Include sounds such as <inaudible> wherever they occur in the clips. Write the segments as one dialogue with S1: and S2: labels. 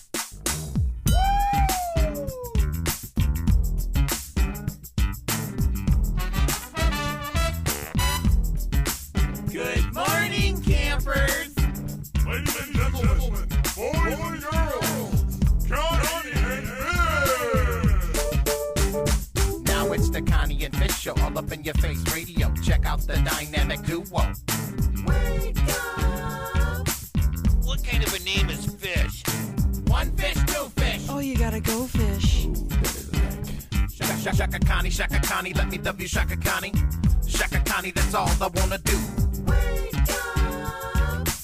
S1: Good morning, campers.
S2: Ladies and gentlemen, boys and girls, Johnny and Bill!
S3: Now it's the Connie and Fish show, all up in your face radio. Check out the dynamic duo.
S4: What kind of a name is Fish?
S3: One fish, two fish.
S5: Oh, you gotta go fish.
S3: Shaka, shaka, shaka Connie, shaka Connie, let me W shaka Connie. Shaka Connie, that's all I wanna do.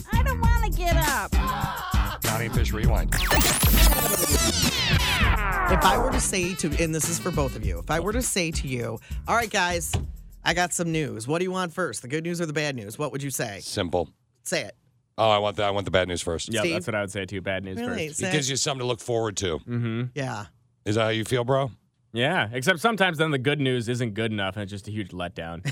S6: I don't want to get up.
S7: Johnny and Fish Rewind.
S8: If I were to say to, and this is for both of you, if I were to say to you, all right, guys, I got some news. What do you want first, the good news or the bad news? What would you say?
S7: Simple.
S8: Say it.
S7: Oh, I want that. I want the bad news first.
S9: Yeah,
S8: Steve?
S9: that's what I would say too. Bad news
S8: Really?
S9: first.
S8: Say
S7: It gives you something to look forward to.
S9: Mm-hmm.
S8: Yeah.
S7: Is that how you feel, bro?
S9: Yeah, except sometimes then the good news isn't good enough, and it's just a huge letdown.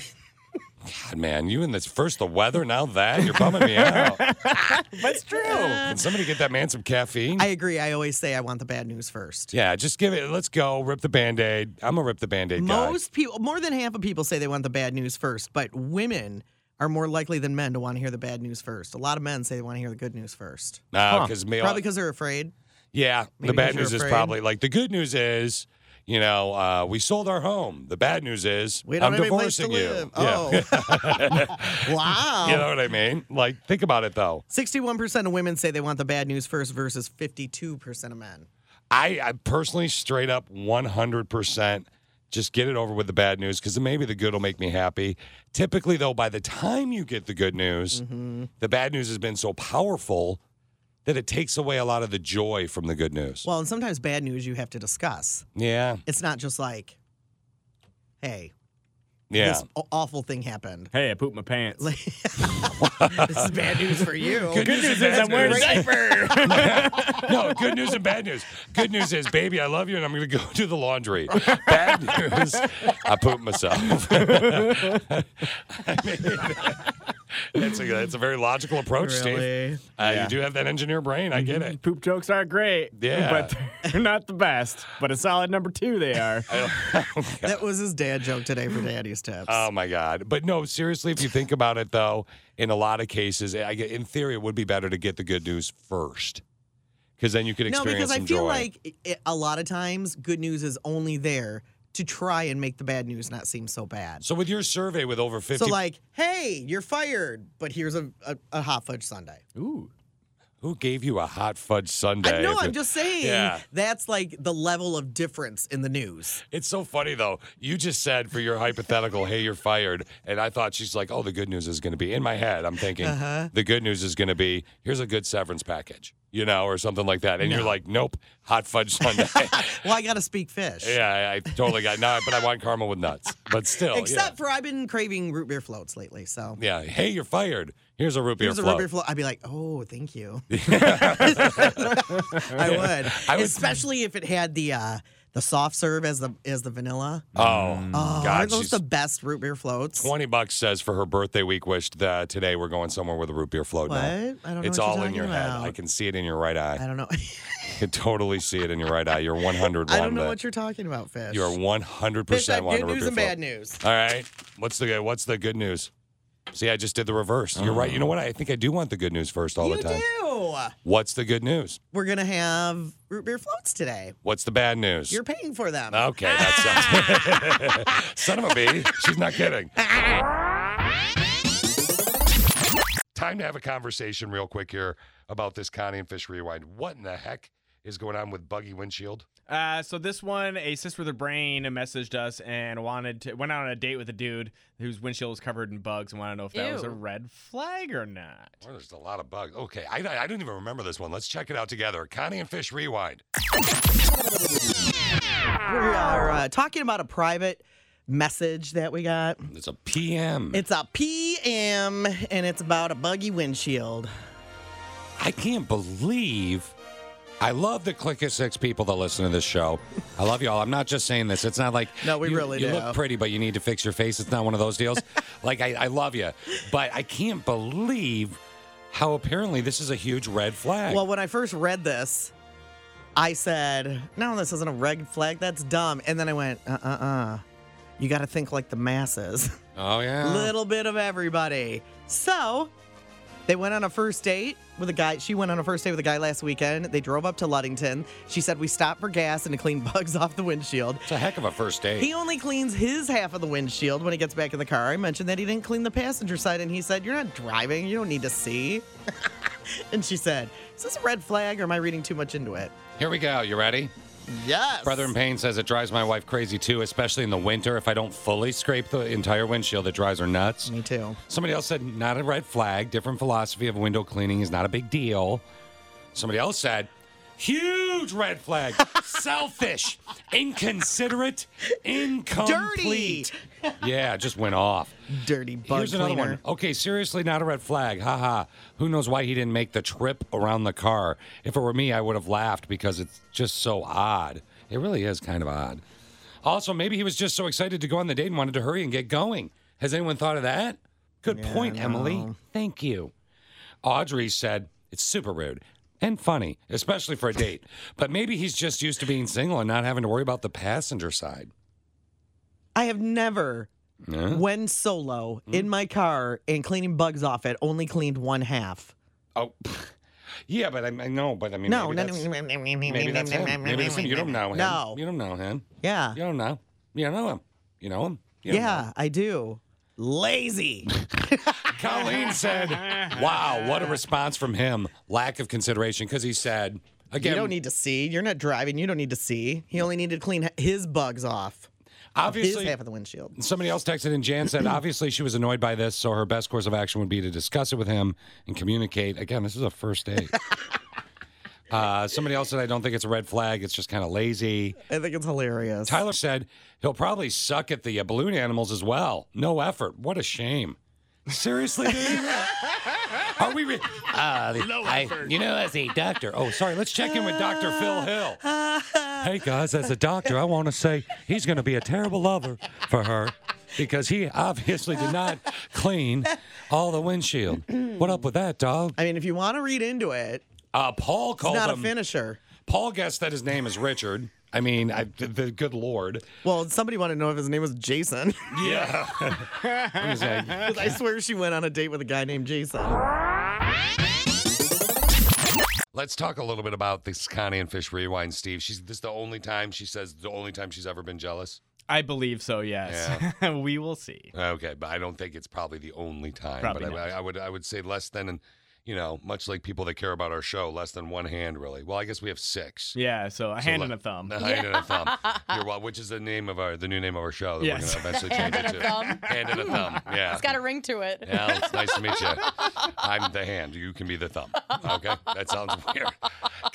S7: God, man, you and this first the weather, now that you're bumming me <laughs> out.
S9: That's true.
S7: Can somebody get that man some caffeine?
S8: Uh, I agree. I always say I want the bad news first.
S7: yeah, just give it. Let's go. Rip the band aid. I'm gonna rip the band aid.
S8: Most people, more than half of people say they want the bad news first, but women are more likely than men to want to hear the bad news first. A lot of men say they want to hear the good news first.
S7: No, because me.
S8: Probably because they're afraid.
S7: Yeah, the
S8: Maybe 'cause
S7: bad
S8: you're
S7: news is
S8: afraid.
S7: probably like the good news is, you know, uh, we sold our home. The bad news is
S8: We don't
S7: I'm
S8: have any place
S7: divorcing
S8: to
S7: you.
S8: live. Oh.
S7: Yeah.
S8: <laughs> wow.
S7: <laughs> you know what I mean? Like, think about it though.
S8: 61% of women say they want the bad news first versus 52% of men.
S7: I, I personally, straight up, 100 percent. Just get it over with the bad news because maybe the good will make me happy. Typically, though, by the time you get the good news,
S8: Mm-hmm.
S7: the bad news has been so powerful that it takes away a lot of the joy from the good news.
S8: Well, and sometimes bad news you have to discuss.
S7: yeah,
S8: It's not just like, hey,
S7: yeah.
S8: this aw- awful thing
S9: <laughs>
S8: happened. <laughs>
S9: Hey, I pooped my pants.
S8: Like, this is bad news for you.
S9: Good news is I'm wearing
S8: <laughs>
S9: a diaper.
S7: no, good news and bad news. Good news is, baby, I love you, and I'm going to go <laughs> do the laundry. Bad news, I pooped myself. <laughs> I mean, <laughs> that's a, that's a very logical approach, Steve. Uh, You do have that engineer brain. I get
S8: Mm-hmm.
S7: it.
S9: Poop jokes are great. <laughs>
S7: Yeah.
S9: But they're <laughs> not the best. But a solid number two they are.
S8: That was his dad joke today for Daddy's Tips.
S9: Uh,
S7: Oh my God! But no, seriously, if you think about it, though, in a lot of cases, I get, in theory, it would be better to get the good news first, because then you could
S8: no,
S7: experience
S8: because I
S7: some
S8: feel
S7: joy.
S8: like i i- a lot of times good news is only there to try and make the bad news not seem so bad.
S7: so, with your survey with over fifty,
S8: So, like, hey, you're fired, but here's a, a, a hot fudge sundae.
S9: Ooh.
S7: who gave you a hot fudge sundae?
S8: I know,
S7: If
S8: I'm
S7: it-
S8: just saying
S7: Yeah.
S8: that's like the level of difference in the news.
S7: It's so funny though. You just said for your hypothetical, "Hey, you're fired," and I thought she's like, "Oh, the good news is going to be." In my head, I'm thinking
S8: Uh-huh.
S7: the good news is going to be here's a good severance package, you know, or something like that. And you're like, "Nope, hot fudge
S8: <laughs>
S7: sundae."
S8: Well, I got to speak fish.
S7: yeah, I, I totally got now, but I want caramel with nuts. But still,
S8: Except for I've been craving root beer floats lately. So
S7: yeah. yeah. Hey, you're fired. Here's a root beer
S8: here's a root
S7: float.
S8: beer float. I'd be like, oh, thank
S7: <laughs>
S8: you. I would.
S7: I would-
S8: Especially if it had the uh, the soft serve as the as the vanilla.
S7: Oh,
S8: Oh,
S7: God,
S8: aren't those
S7: she's-
S8: the best root beer floats?
S7: Twenty bucks says for her birthday week wish that today we're going somewhere with a root beer float.
S8: What?
S7: now.
S8: I don't know.
S7: It's
S8: what
S7: all
S8: you're
S7: in your
S8: talking
S7: head.
S8: about.
S7: I can see it in your right eye.
S8: I don't know. <laughs>
S7: I can totally see it in your right eye. You're 100.
S8: I don't know what you're talking about, fish.
S7: You are
S8: <laughs>
S7: 100
S8: fish. I
S7: percent
S8: have
S7: wanting
S8: good
S7: to rip
S8: news
S7: your
S8: and bad
S7: float.
S8: news.
S7: All right, what's the good? What's the good news? See, I just did the reverse. You're right. You know what? I think I do want the good news first all
S8: you
S7: the time.
S8: do.
S7: What's the good news?
S8: We're gonna have root beer floats today.
S7: What's the bad news?
S8: You're paying for them.
S7: okay, that sounds. <laughs> Son of a bee, she's not kidding. Time to have a conversation real quick here about this Connie and Fish rewind. What in the heck is going on with Buggy Windshield?
S9: Uh, so this one, a sister with a brain messaged us and wanted to went out on a date with a dude whose windshield was covered in bugs and wanted to know if that was a
S6: Ew.
S9: red flag or not.
S7: Boy, Oh, there's a lot of bugs. Okay, I, I didn't even remember this one. Let's check it out together. Connie and Fish Rewind.
S8: We are uh, talking about a private message that we got.
S7: It's a PM.
S8: It's a PM and it's about a buggy windshield.
S7: I can't believe I love the click of six people that listen to this show. I love you all. I'm not just saying this. It's not like
S8: No, we
S7: you,
S8: really
S7: you
S8: do.
S7: look pretty, but you need to fix your face. It's not one of those
S8: <laughs>
S7: deals. like I, I love you, but I can't believe how apparently this is a huge red flag.
S8: Well, when I first read this, I said, no, this isn't a red flag. That's dumb. And then I went, uh uh uh. You got to think like the masses.
S7: oh yeah,
S8: Little bit of everybody. So they went on a first date with a guy. She went on a first date with a guy last weekend. They drove up to Ludington. She said, We stopped for gas and to clean <laughs> bugs off the windshield.
S7: it's a heck of a first date.
S8: He only cleans his half of the windshield when he gets back in the car. I mentioned that he didn't clean the passenger side, and he said, You're not driving. You don't need to see. <laughs> and she said, Is this a red flag or am I reading too much into it?
S7: Here we go. You ready?
S8: Yes.
S7: Brother in Pain says it drives my wife crazy too, especially in the winter. If I don't fully scrape the entire windshield, it drives her nuts.
S8: Me too.
S7: Somebody else said, not a red flag. Different philosophy of window cleaning is not a big deal. Somebody else said, huge red flag. Selfish, inconsiderate, incomplete. Yeah, just went off.
S8: Dirty bug
S7: Here's
S8: cleaner.
S7: another one. Okay, seriously, not a red flag. Ha ha. Who knows why he didn't make the trip around the car? If it were me, I would have laughed because it's just so odd. It really is kind of odd. Also, maybe he was just so excited to go on the date and wanted to hurry and get going. Has anyone thought of that? Good point, Emily. Thank you. Audrey said, It's super rude and funny, especially for a
S8: <laughs>
S7: date. But maybe he's just used to being single and not having to worry about the passenger side.
S8: I have never,
S7: Yeah. Hmm.
S8: when solo in my car and cleaning bugs off it, only cleaned one half.
S7: Oh, <laughs> yeah, but I, I know, but I mean,
S8: No,
S7: maybe
S8: no,
S7: that's-
S8: no,
S7: Maybe that's him. Maybe that's him. You don't know him.
S8: No.
S7: You don't know him.
S8: Yeah.
S7: You don't know. You know him. You know him. You don't know him.
S8: Yeah, I do. Lazy.
S7: Colleen said, "Wow, what a response from him. Lack of consideration because he said <laughs> again.
S8: You don't need to see. You're not driving. You don't need to see. He only needed to clean his bugs off. His
S7: obviously."
S8: half of the windshield.
S7: Somebody else texted and Jan said, obviously she was annoyed by this, so her best course of action would be to discuss it with him and communicate. Again, this is a first date. <laughs> uh, somebody else said, I don't think it's a red flag. It's just kind of lazy.
S8: I think it's hilarious.
S7: Tyler said he'll probably suck at the uh, balloon animals as well. No effort. What a shame. Seriously, dude?
S8: <laughs>
S7: Are we? Re- uh, I, you know, as a doctor. Oh, sorry. Let's check in with Dr. Phil
S8: <laughs>
S7: Hill. hey, guys, as a doctor, I want to say he's going to be a terrible lover for her because he obviously did not clean all the windshield. What up with that, dog?
S8: I mean, if you want to read into it,
S7: Uh, Paul
S8: it's
S7: called
S8: not a
S7: him.
S8: finisher.
S7: Paul guessed that his name is Richard. I mean, I, the, the good Lord.
S8: Well, somebody wanted to know if his name was Jason. <laughs>
S7: Yeah. What is that?
S8: 'Cause I swear she went on a date with a guy named Jason.
S7: Let's talk a little bit about this Connie and Fish rewind, Steve. She's this is the only time she says the only time she's ever been jealous.
S9: I believe so, yes. <laughs> we will see.
S7: Okay, but I don't think it's probably the only time.
S9: Probably
S7: but I, I would I would say less than and you know much like people that care about our show, less than one hand really. Well, I guess we have six.
S9: Yeah, so a hand
S7: le-
S9: and a thumb.
S7: A hand and a
S5: <laughs>
S7: thumb. You're wel- which is the name of our the new name of our show that
S9: Yes.
S7: we're going to eventually change
S5: Hand
S7: it
S5: and
S6: <laughs>
S5: a
S7: to.
S5: thumb.
S7: Hand and a
S5: <laughs>
S7: thumb. Yeah.
S5: It's got a ring to it.
S7: Yeah, it's nice to meet you. I'm the hand. You can be the thumb. Okay, that sounds weird.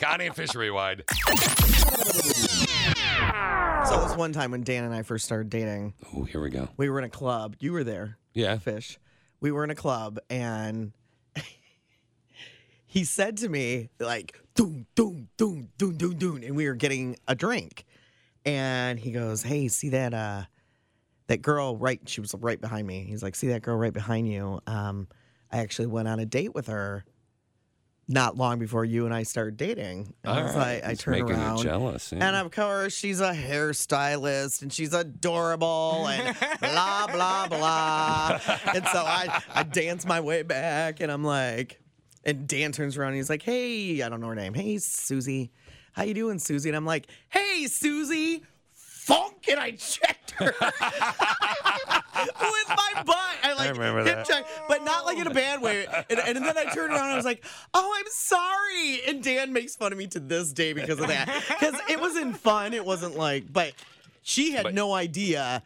S7: Connie and Fish rewind.
S8: So it was one time when Dan and I first started dating.
S7: Oh, here we go.
S8: We were in a club. You were there.
S7: Yeah.
S8: fish. We were in a club and <laughs> he said to me, like, doom, doom, doom, doom, doom, doom. And we were getting a drink. And he goes, Hey, see that uh that girl right she was right behind me. He's like, see that girl right behind you. Um, I actually went on a date with her not long before you and I started dating. And I was like, I turned around.
S7: jealous.
S8: And of course, she's a hairstylist and she's adorable and blah, blah, blah. And so I, I dance my way back and I'm like, and Dan turns around and he's like, hey, I don't know her name. Hey, Susie. How you doing, Susie? And I'm like, hey, Susie. Funk and I checked her with my butt. I like
S7: remember
S8: hip
S7: that.
S8: check, but not like in a bad way. And, and then I turned around and I was like, "Oh, I'm sorry." And Dan makes fun of me to this day because of that. Because it wasn't fun. It wasn't like, but she had
S7: But-
S8: no idea.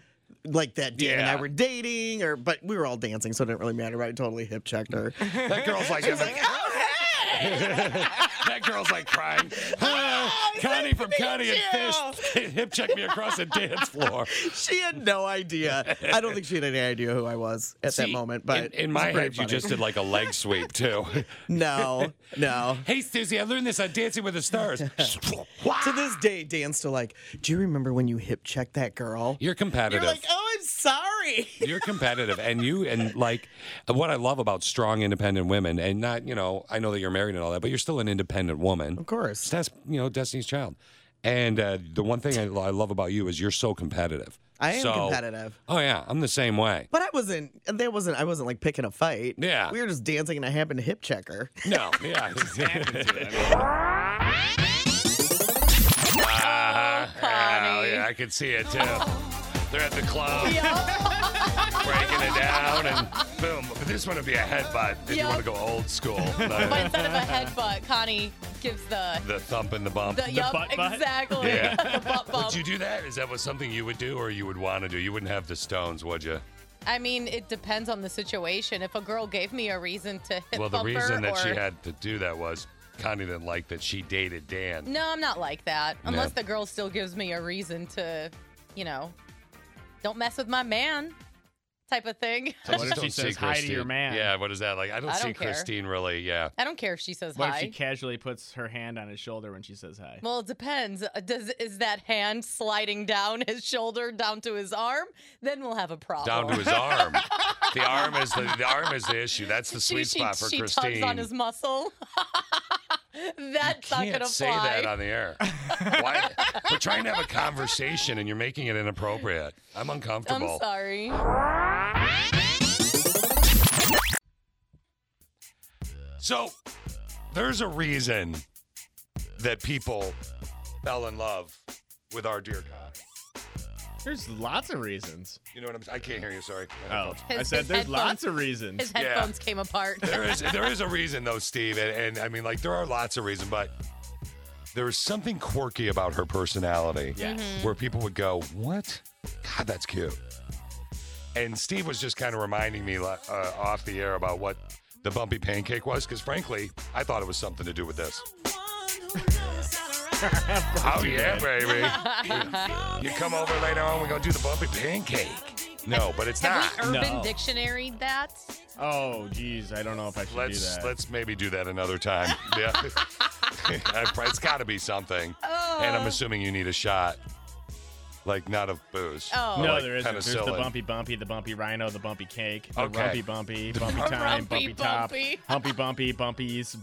S8: Like that, Dan and I
S7: Yeah.
S8: were dating, or but we were all dancing, so it didn't really matter. But I totally hip checked her.
S7: <laughs> that girl's like,
S8: Like, oh hey, <laughs>
S7: that girl's like crying. Ah,
S8: oh
S7: Connie
S8: Connie, nice
S7: from
S8: to meet
S7: Connie
S8: you.
S7: and Fish <laughs> hip checked me across the dance floor.
S8: She had no idea. I don't think she had any idea who I was at that
S7: See,
S8: moment.
S7: in,
S8: But
S7: in
S8: it's
S7: my
S8: pretty
S7: head, you
S8: funny.
S7: just did like a leg sweep
S8: <laughs>
S7: too.
S8: no,
S7: <laughs>
S8: no.
S7: hey, Susie, I learned this on Dancing with the
S8: <laughs>
S7: Stars. Wow.
S8: To this day, Dan's still like, "Do you remember when you hip checked that girl?"
S7: You're competitive.
S8: You're like, <laughs> "Oh, I'm sorry."
S7: You're competitive, and you and like what I love about strong, independent women, and not you know, I know that you're married and all that, but you're still an independent woman.
S8: <laughs> Of course.
S7: That's you know, Destiny's Child. And uh, the one thing I, I love about you is you're so competitive.
S8: I am
S7: So-
S8: competitive.
S7: Oh yeah, I'm the same way.
S8: But I wasn't. That wasn't. I wasn't like picking a fight.
S7: Yeah.
S8: we were just dancing, and I happened to hip check her.
S7: No, <laughs> yeah. Uh, Ah,
S6: Connie.
S7: yeah, I could see it too. They're at the club. Breaking it down and boom. But this one would be a headbutt if you
S5: Yup.
S7: want to go old school.
S5: But
S7: The,
S5: instead of a headbutt, Connie gives the
S7: the thump and the bump.
S5: the, yup
S9: butt butt?
S5: exactly
S7: Yeah.
S5: <laughs> the butt bump.
S7: Would you do that? Is that was something you would do or you would want to do? You wouldn't have the stones, would you?
S5: I mean, it depends on the situation. If a girl gave me a reason to <laughs> hit
S7: Well, the
S5: bump her
S7: reason that
S5: or,
S7: she had to do that was Connie didn't like that she dated Dan.
S5: No, I'm not like that. Unless
S7: No.
S5: the girl still gives me a reason to, you know, don't mess with my man type of thing. <laughs>
S9: So
S7: I
S9: what
S7: just
S9: if she
S7: don't see
S9: says hi to your
S7: Christine.
S9: man?
S7: Yeah, what is that like? I don't
S5: I
S7: see
S5: don't care.
S7: Christine really. Yeah.
S5: I don't care if she says
S9: What
S5: hi.
S9: if she casually puts her hand on his shoulder when she says hi?
S5: well, it depends. Uh, Does is that hand sliding down his shoulder down to his arm? Then we'll have a problem.
S7: down
S5: <laughs>
S7: to his arm. the arm is the, the arm is the issue. That's the
S5: she,
S7: sweet
S5: she,
S7: spot for
S5: she tugs
S7: Christine.
S5: on his muscle. <laughs> That's not
S7: Can't
S5: gonna
S7: say
S5: fly.
S7: that on the
S5: <laughs>
S7: air. Why? We're trying to have a conversation and you're making it inappropriate. I'm uncomfortable.
S5: I'm sorry.
S7: So there's a reason that people fell in love with our dear God.
S9: There's lots of reasons.
S7: You know what I'm I can't hear you, sorry.
S9: Oh, I
S5: His-
S9: said
S5: his
S9: there's
S5: headphones-
S9: lots of reasons.
S5: His headphones
S7: <laughs>
S5: came apart.
S7: There is there is a reason though, Steve, and, and I mean like there are lots of reasons, but there is something quirky about her personality.
S9: Yes.
S7: Where people would go, What? God, that's cute. And Steve was just kind of reminding me like, uh, off the air about what the bumpy pancake was, because frankly, I thought it was something to do with
S5: <laughs>
S7: this. Oh yeah,
S5: <laughs>
S7: baby. you come over later on, we gonna do the bumpy pancake. No, but it's not.
S5: Have we Urban
S9: No.
S5: Dictionary that?
S9: Oh, geez, I don't know if I should do
S7: Let's
S9: that.
S7: let's maybe do that another time. <laughs> Yeah, I- it's got to be something. And I'm assuming you need a shot, like not of booze.
S5: Oh.
S9: no,
S7: like
S9: there isn't. There's the
S7: penicillin.
S9: bumpy bumpy, the bumpy rhino, the bumpy cake, the
S7: Okay. <laughs>
S9: rumpy bumpy, bumpy time,
S5: Rumpy
S9: bumpy top,
S5: bumpy.
S9: humpy bumpy, bumpies,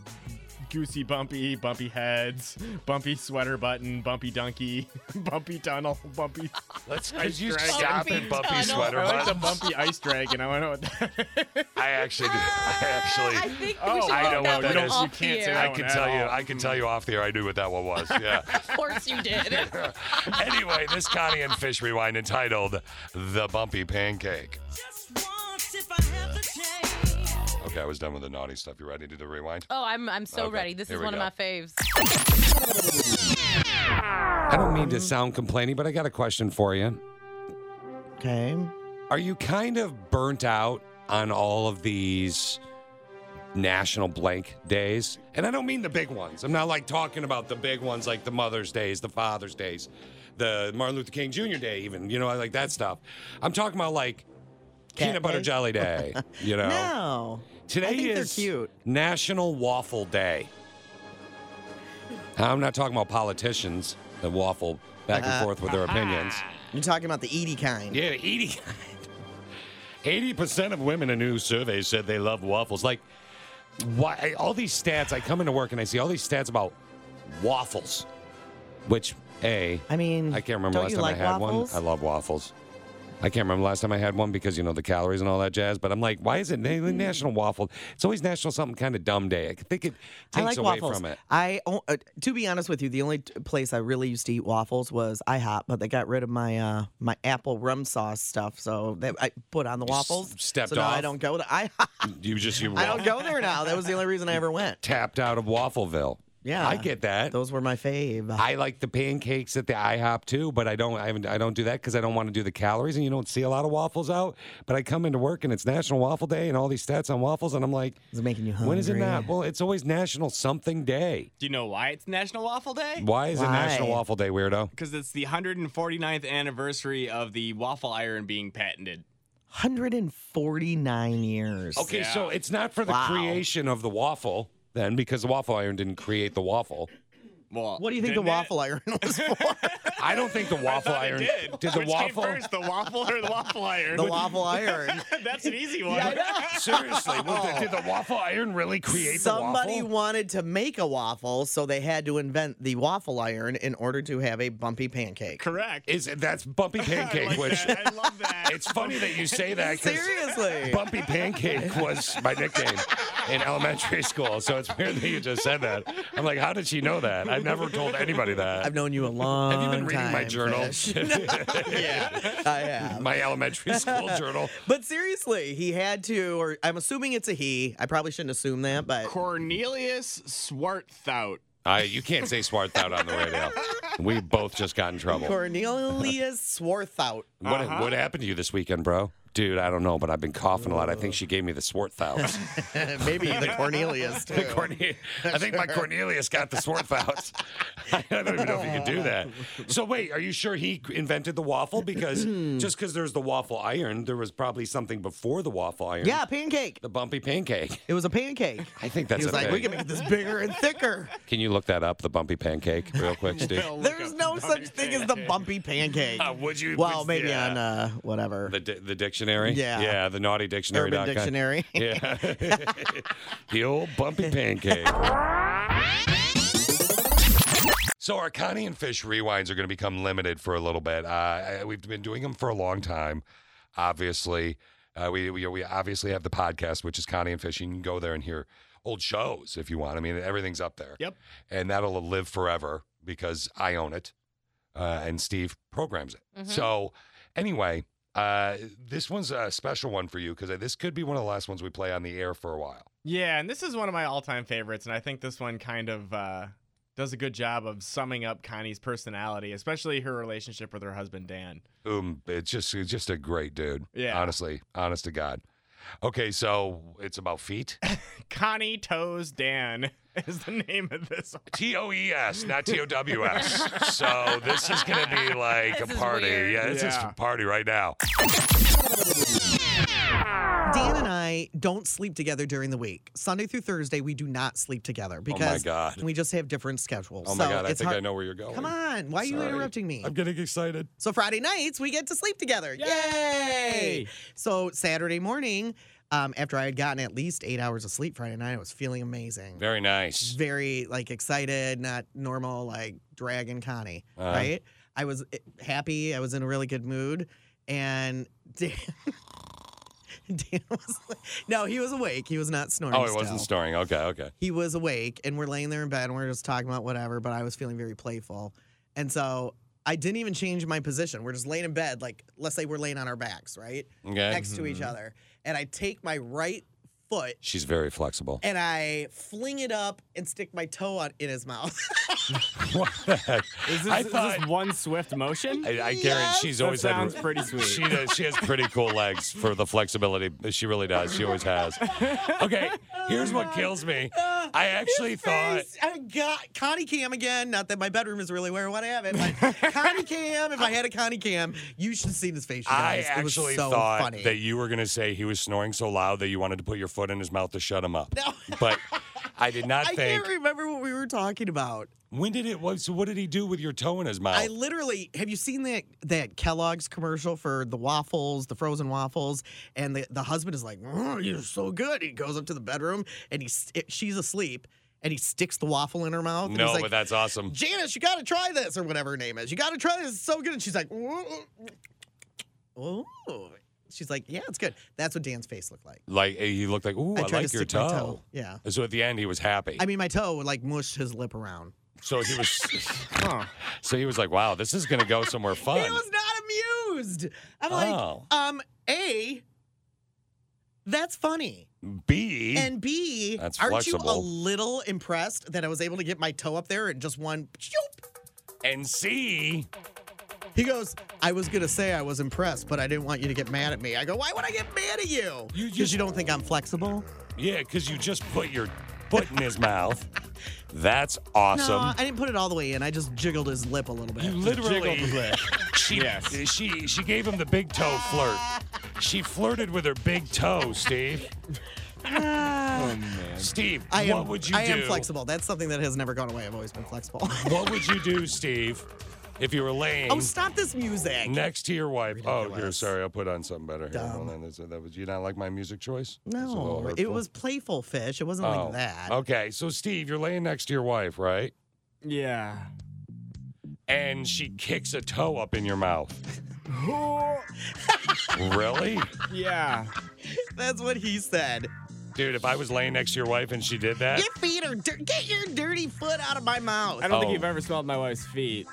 S9: goosey bumpy, bumpy heads, bumpy sweater button, bumpy donkey, <laughs> bumpy tunnel, bumpy.
S7: Let's could you
S9: dragon.
S7: stop
S5: Bumpy
S7: it, bumpy
S5: tunnel.
S7: sweater
S9: <laughs> I like the
S7: button.
S9: bumpy ice dragon. I want to know what that
S7: I actually, do. Ah. I
S6: I
S7: actually,
S6: think
S9: Oh,
S6: we should
S7: I know
S6: leave that
S7: what that
S6: one
S7: is.
S6: off
S7: You
S9: can't
S6: the
S9: say
S6: air.
S9: that
S7: I
S9: one
S7: can
S9: at
S7: tell you,
S9: all.
S7: I can tell you off the air. I knew what that one
S9: <laughs>
S7: was. Yeah.
S5: Of course you did.
S7: <laughs> anyway, this Connie and Fish rewind entitled "The Bumpy Pancake." Okay, I was done with the naughty stuff. You ready to do the rewind?
S5: oh, I'm I'm so
S7: Okay,
S5: ready. This
S7: here
S5: is
S7: we
S5: one
S7: go.
S5: of my faves.
S7: I don't mean to sound complaining, but I got a question for you.
S8: Okay.
S7: Are you kind of burnt out on all of these national blank days? And I don't mean the big ones. I'm not like talking about the big ones like the Mother's Days, the Father's Days, the Martin Luther King Jr. Day, even, you know, I like that stuff. I'm talking about like peanut
S8: Cat
S7: butter
S8: day? <laughs>
S7: jelly day, you know?
S8: No.
S7: Today
S8: I think they're
S7: is
S8: cute.
S7: National Waffle Day. I'm not talking about politicians that waffle back
S8: Uh,
S7: and forth with their opinions.
S8: You're talking about the Edie kind.
S7: Yeah, eighty. <laughs> Eighty percent of women in a new survey said they love waffles. Like, why? I- All these stats. I come into work and I see all these stats about waffles, which a
S8: I mean,
S7: I can't remember
S8: don't
S7: last
S8: you
S7: time
S8: like
S7: I had
S8: waffles?
S7: one. I love waffles. I can't remember last time I had one because you know the calories and all that jazz. But I'm like, why is it na-
S8: Mm-hmm.
S7: National Waffle? It's always National something kind of dumb day. I think it
S8: I
S7: takes
S8: like
S7: away
S8: waffles.
S7: from it.
S8: I o- uh, to be honest with you, the only t- place I really used to eat waffles was IHOP, but they got rid of my uh, my apple rum sauce stuff, so that I put on the waffles.
S7: stepped
S8: so now
S7: off?
S8: I <laughs> don't go to IHOP.
S7: You just you
S8: I don't
S7: waffle-
S8: go there now. That was the only reason I ever went.
S7: tapped out of Waffleville.
S8: Yeah.
S7: I get that.
S8: Those were my fave.
S7: I like the pancakes at the IHOP too, but I don't. I, haven't, I don't do that because I don't want to do the calories, and you don't see a lot of waffles out. But I come into work and it's National Waffle Day, and all these stats on waffles, and I'm like,
S8: Is it making you hungry?
S7: when is it not? Well, it's always National Something Day.
S9: <laughs> Do you know why it's National Waffle Day?
S7: Why is it
S8: Why?
S7: National Waffle Day, weirdo?
S9: Because it's the 149th anniversary of the waffle iron being patented.
S8: 149 years.
S7: Okay,
S9: Yeah.
S7: so it's not for the
S8: Wow.
S7: creation of the waffle then, because the waffle iron didn't create the waffle.
S9: Well,
S8: What do you think the
S9: didn't it?
S8: waffle iron was for?
S7: I don't
S9: <laughs>
S7: think the waffle
S9: Thought it
S7: iron
S9: did.
S7: the
S9: Which came
S7: waffle.
S9: first, the waffle or the waffle iron?
S8: the waffle iron.
S9: <laughs> That's an easy one.
S7: <laughs> Seriously, well, did- did the waffle iron really create
S8: Somebody
S7: the waffle?
S8: wanted to make a waffle, so they had to invent the waffle iron in order to have a bumpy pancake.
S9: <laughs> Correct.
S7: Is that's bumpy pancake,
S9: like
S7: which
S9: that. <laughs> I love that.
S7: <laughs> it's funny that you say that
S8: <laughs>
S7: because <laughs>
S8: Seriously.
S7: bumpy pancake was my nickname in elementary school. So it's weird that you just said that. I'm like, how did she know that? I've never told anybody that.
S8: I've known you a long time.
S7: Have you been reading my journal? <laughs>
S8: Fish. yeah, I have.
S7: my elementary school journal.
S8: But seriously, he had to, or I'm assuming it's a he. I probably shouldn't assume that, but
S9: Cornelius Swarthout.
S7: I, you can't say swart out on the radio. We both just got in trouble.
S8: Cornelius Swarthout. <laughs>
S7: What, what happened to you this weekend, bro? Dude, I don't know, but I've been coughing a lot. I think she gave me the swart out.
S8: Maybe the
S7: <laughs>
S8: Cornelius, too.
S7: Corne- I think my Cornelius got the swart
S8: <laughs>
S7: out. I don't even know if you can do that. So wait, are you sure he invented the waffle? Because
S8: Hmm.
S7: just because there's the waffle iron, there was probably something before the waffle iron.
S8: yeah, pancake.
S7: The bumpy pancake. <laughs>
S8: It was a pancake.
S7: I think that's
S8: he was
S7: a
S8: like,
S7: thing.
S8: we can make this bigger
S7: <laughs>
S8: and thicker.
S7: Can you look that up, the bumpy pancake, real
S8: <laughs>
S7: quick, Steve?
S9: Well, look
S8: There's
S9: up
S8: no
S9: the
S8: such thing as the
S9: pancake.
S8: bumpy pancake.
S7: Uh, would you?
S8: well, maybe
S7: yeah.
S8: on uh, whatever.
S7: The, di- the dictionary?
S8: Yeah.
S7: Yeah, the naughty dictionary.
S8: Urban
S7: dot com.
S8: Dictionary.
S7: <laughs> Yeah. the old bumpy pancake. So our Connie and Fish rewinds are going to become limited for a little bit. Uh, I- we've been doing them for a long time, obviously. Uh, we, we we obviously have the podcast, which is Connie and Fish. You can go there and hear old shows if you want. I mean, everything's up there.
S9: Yep.
S7: And that'll live forever because I own it, uh, and Steve programs it.
S5: Mhm.
S7: So anyway, uh, this one's a special one for you because this could be one of the last ones we play on the air for a while.
S9: Yeah, and this is one of my all-time favorites, and I think this one kind of uh, does a good job of summing up Connie's personality, especially her relationship with her husband Dan.
S7: Um, it's just it's just a great dude.
S9: Yeah.
S7: Honestly, honest to God. Okay, so it's about feet.
S9: Connie Toes Dan <laughs> is the name of this. one.
S7: T O E S, not T O W
S5: <laughs>
S7: S. So this is gonna be like
S5: This
S7: a
S5: is
S7: party.
S5: weird.
S7: Yeah, this is
S9: Yeah.
S7: a party right now. Oh
S8: <laughs> Dan and I don't sleep together during the week. Sunday through Thursday, we do not sleep together because
S7: Oh God.
S8: we just have different schedules.
S7: Oh my
S8: so
S7: god, I
S8: it's
S7: think
S8: hard-
S7: I know where you're going.
S8: Come on, why are you
S7: Sorry.
S8: interrupting me?
S7: I'm getting excited.
S8: So Friday nights we get to sleep together. Yay! So Saturday morning, um, after I had gotten at least eight hours of sleep Friday night, I was feeling amazing.
S7: Very nice.
S8: Very, like excited, not normal like dragon Connie,
S7: Uh,
S8: right? I was eh, happy. I was in a really good mood, and <laughs> Dan, Dan was no, he was awake. He was not snoring.
S7: Oh, it wasn't
S8: still
S7: snoring. Okay, okay.
S8: he was awake and we're laying there in bed and we're just talking about whatever, but I was feeling very playful. And so I didn't even change my position. We're just laying in bed, like let's say we're laying on our backs, right?
S7: Okay.
S8: Next to each other. And I take my right foot
S7: She's very flexible.
S8: <laughs>
S7: <laughs>
S8: and I fling it up and stick my toe on in his mouth. <laughs>
S7: what the heck?
S9: Is this,
S7: I
S9: is
S7: thought-
S9: this one swift <laughs> motion?
S7: I, I guarantee
S8: Yes.
S7: she's
S9: that
S7: always had
S9: sounds pretty
S7: <laughs>
S9: sweet.
S7: She does. She has pretty cool legs for the flexibility. She really does. She always has. Okay, here's what kills me. I actually
S8: His
S7: thought.
S8: face. I got Connie Cam again. Not that my bedroom is really where I want to have it,
S7: <laughs>
S8: but Connie Cam. If I had a Connie Cam, you should have seen his face. You
S7: I
S8: guys. it was
S7: actually
S8: so
S7: thought
S8: funny.
S7: that you were going to say he was snoring so loud that you wanted to put your foot in his mouth to shut him up.
S8: No.
S7: But I did not
S8: <laughs> I
S7: think.
S8: can't remember what we were talking about.
S7: when did it? What, so what did he do with your toe in his mouth?
S8: I literally have you seen that that Kellogg's commercial for the waffles, the frozen waffles, and the, the husband is like, "Oh, "You're so good." He goes up to the bedroom and he st- she's asleep and he sticks the waffle in her mouth. and
S7: no,
S8: he's like,
S7: but that's awesome.
S8: Janice, you got to try this or whatever her name is. You got to try this. It's so good. And she's like, "Oh." She's like, "Yeah, it's good." That's what Dan's face looked like.
S7: Like eh, he looked like, ooh, I,
S8: tried
S7: like
S8: to
S7: your
S8: stick my
S7: toe.
S8: Yeah.
S7: So at the end, he was happy.
S8: I mean, my toe would like mushed his lip around.
S7: so
S8: <laughs>
S7: he was. <laughs>
S9: Huh.
S7: so he was like, wow, this is going to go somewhere fun.
S8: He was not amused. I'm
S7: Oh.
S8: like, um, A, That's funny.
S7: B.
S8: And B,
S7: Mm. That's
S8: aren't you a
S7: flexible.
S8: little impressed that I was able to get my toe up there and just one? Choop?
S7: and C.
S8: He goes, I was gonna say I was impressed, but I didn't want you to get mad at me. I go, why would I get mad at you?
S7: You
S8: Because
S7: just-
S8: you don't think I'm flexible?
S7: Yeah, because you just put your foot in his mouth. That's awesome.
S8: No, I didn't put it all the way in. I just jiggled his lip a little bit.
S7: you literally. She,
S9: Yes.
S7: she she gave him the big toe flirt. She flirted with her big toe, Steve.
S9: <laughs>
S7: Steve,
S8: I am,
S7: what would you
S8: I
S7: do?
S8: am flexible. That's something that has never gone away. I've always been flexible.
S7: <laughs> What would you do, Steve, if you were laying
S8: oh, stop this music.
S7: next to your wife? Oh, here,
S8: Ridiculous.
S7: sorry, I'll put on something better. Here,
S8: Dumb.
S7: hold on. Is that- that was you not like my music choice? It's a little
S8: No, it
S7: hurtful.
S8: was playful fish. It wasn't
S7: Oh,
S8: like that.
S7: Okay, so Steve, you're laying next to your wife, right?
S9: Yeah.
S7: And she kicks a toe up in your mouth.
S8: <laughs>
S7: really?
S9: Yeah.
S8: That's what he said.
S7: Dude, if I was laying next to your wife and she did that,
S8: Your feet are dir- get your dirty foot out of my mouth.
S9: I don't think
S7: Oh.
S9: you've ever smelled my wife's feet.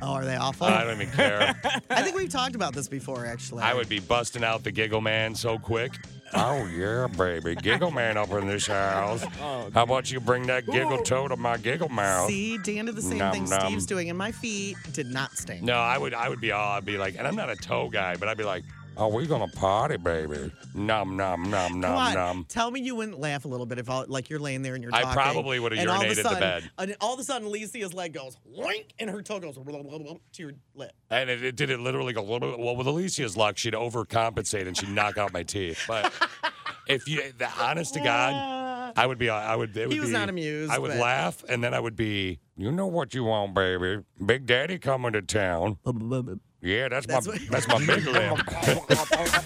S8: Oh, are they awful?
S7: I don't even care.
S8: I think we've talked about this before, actually.
S7: I would be busting out the giggle man so quick. Oh yeah, baby, giggle man up in this
S8: <laughs>
S7: house.
S9: Oh,
S7: How about you bring that giggle toe to my giggle mouth?
S8: See, Dan did the same
S7: Nom,
S8: thing
S7: nom.
S8: Steve's doing, and my feet did not stink.
S7: No, I would, I would be odd. I'd be like, and I'm not a toe guy, but I'd be like, oh, we gonna party, baby? Nom nom nom
S8: Come
S7: nom
S8: on,
S7: nom.
S8: tell me you wouldn't laugh a little bit if, all, like, you're laying there and you're
S7: I
S8: talking.
S7: probably would've
S8: and all of a
S7: urinated the
S8: sudden-
S7: bed.
S8: And all of a sudden, Lisia's leg goes wink, and her toe goes to your lip.
S7: And it, it did it literally go. Well, with Alicia's luck, she'd overcompensate and she'd knock out my teeth. But if you, the, honest to God, I would be. I would. It would
S8: Ah. was
S7: be-
S8: not amused,
S7: I would
S8: but-
S7: laugh, and then I would be. You know what you want, baby? Big Daddy coming to town. Yeah, that's,
S8: That's
S7: my
S8: what-
S7: that's my big lip.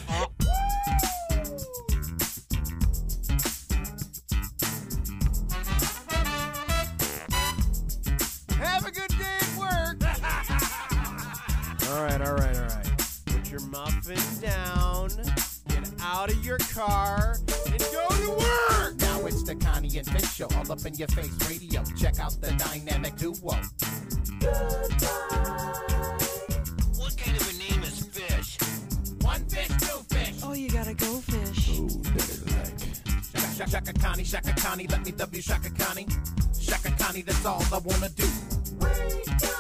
S1: Have a good day at work.
S10: <laughs> All right, all right, all right. Put your muffin down, get out of your car, and go to work.
S4: Now it's the Connie and Big Show, all up in your face radio. Check out the dynamic duo. What kind of a name is Fish? One fish, two fish.
S6: Oh, you gotta go fish.
S3: Shaka, shaka, shaka Connie, shaka Connie, let me W shaka Connie. Shaka Connie, that's all I wanna do.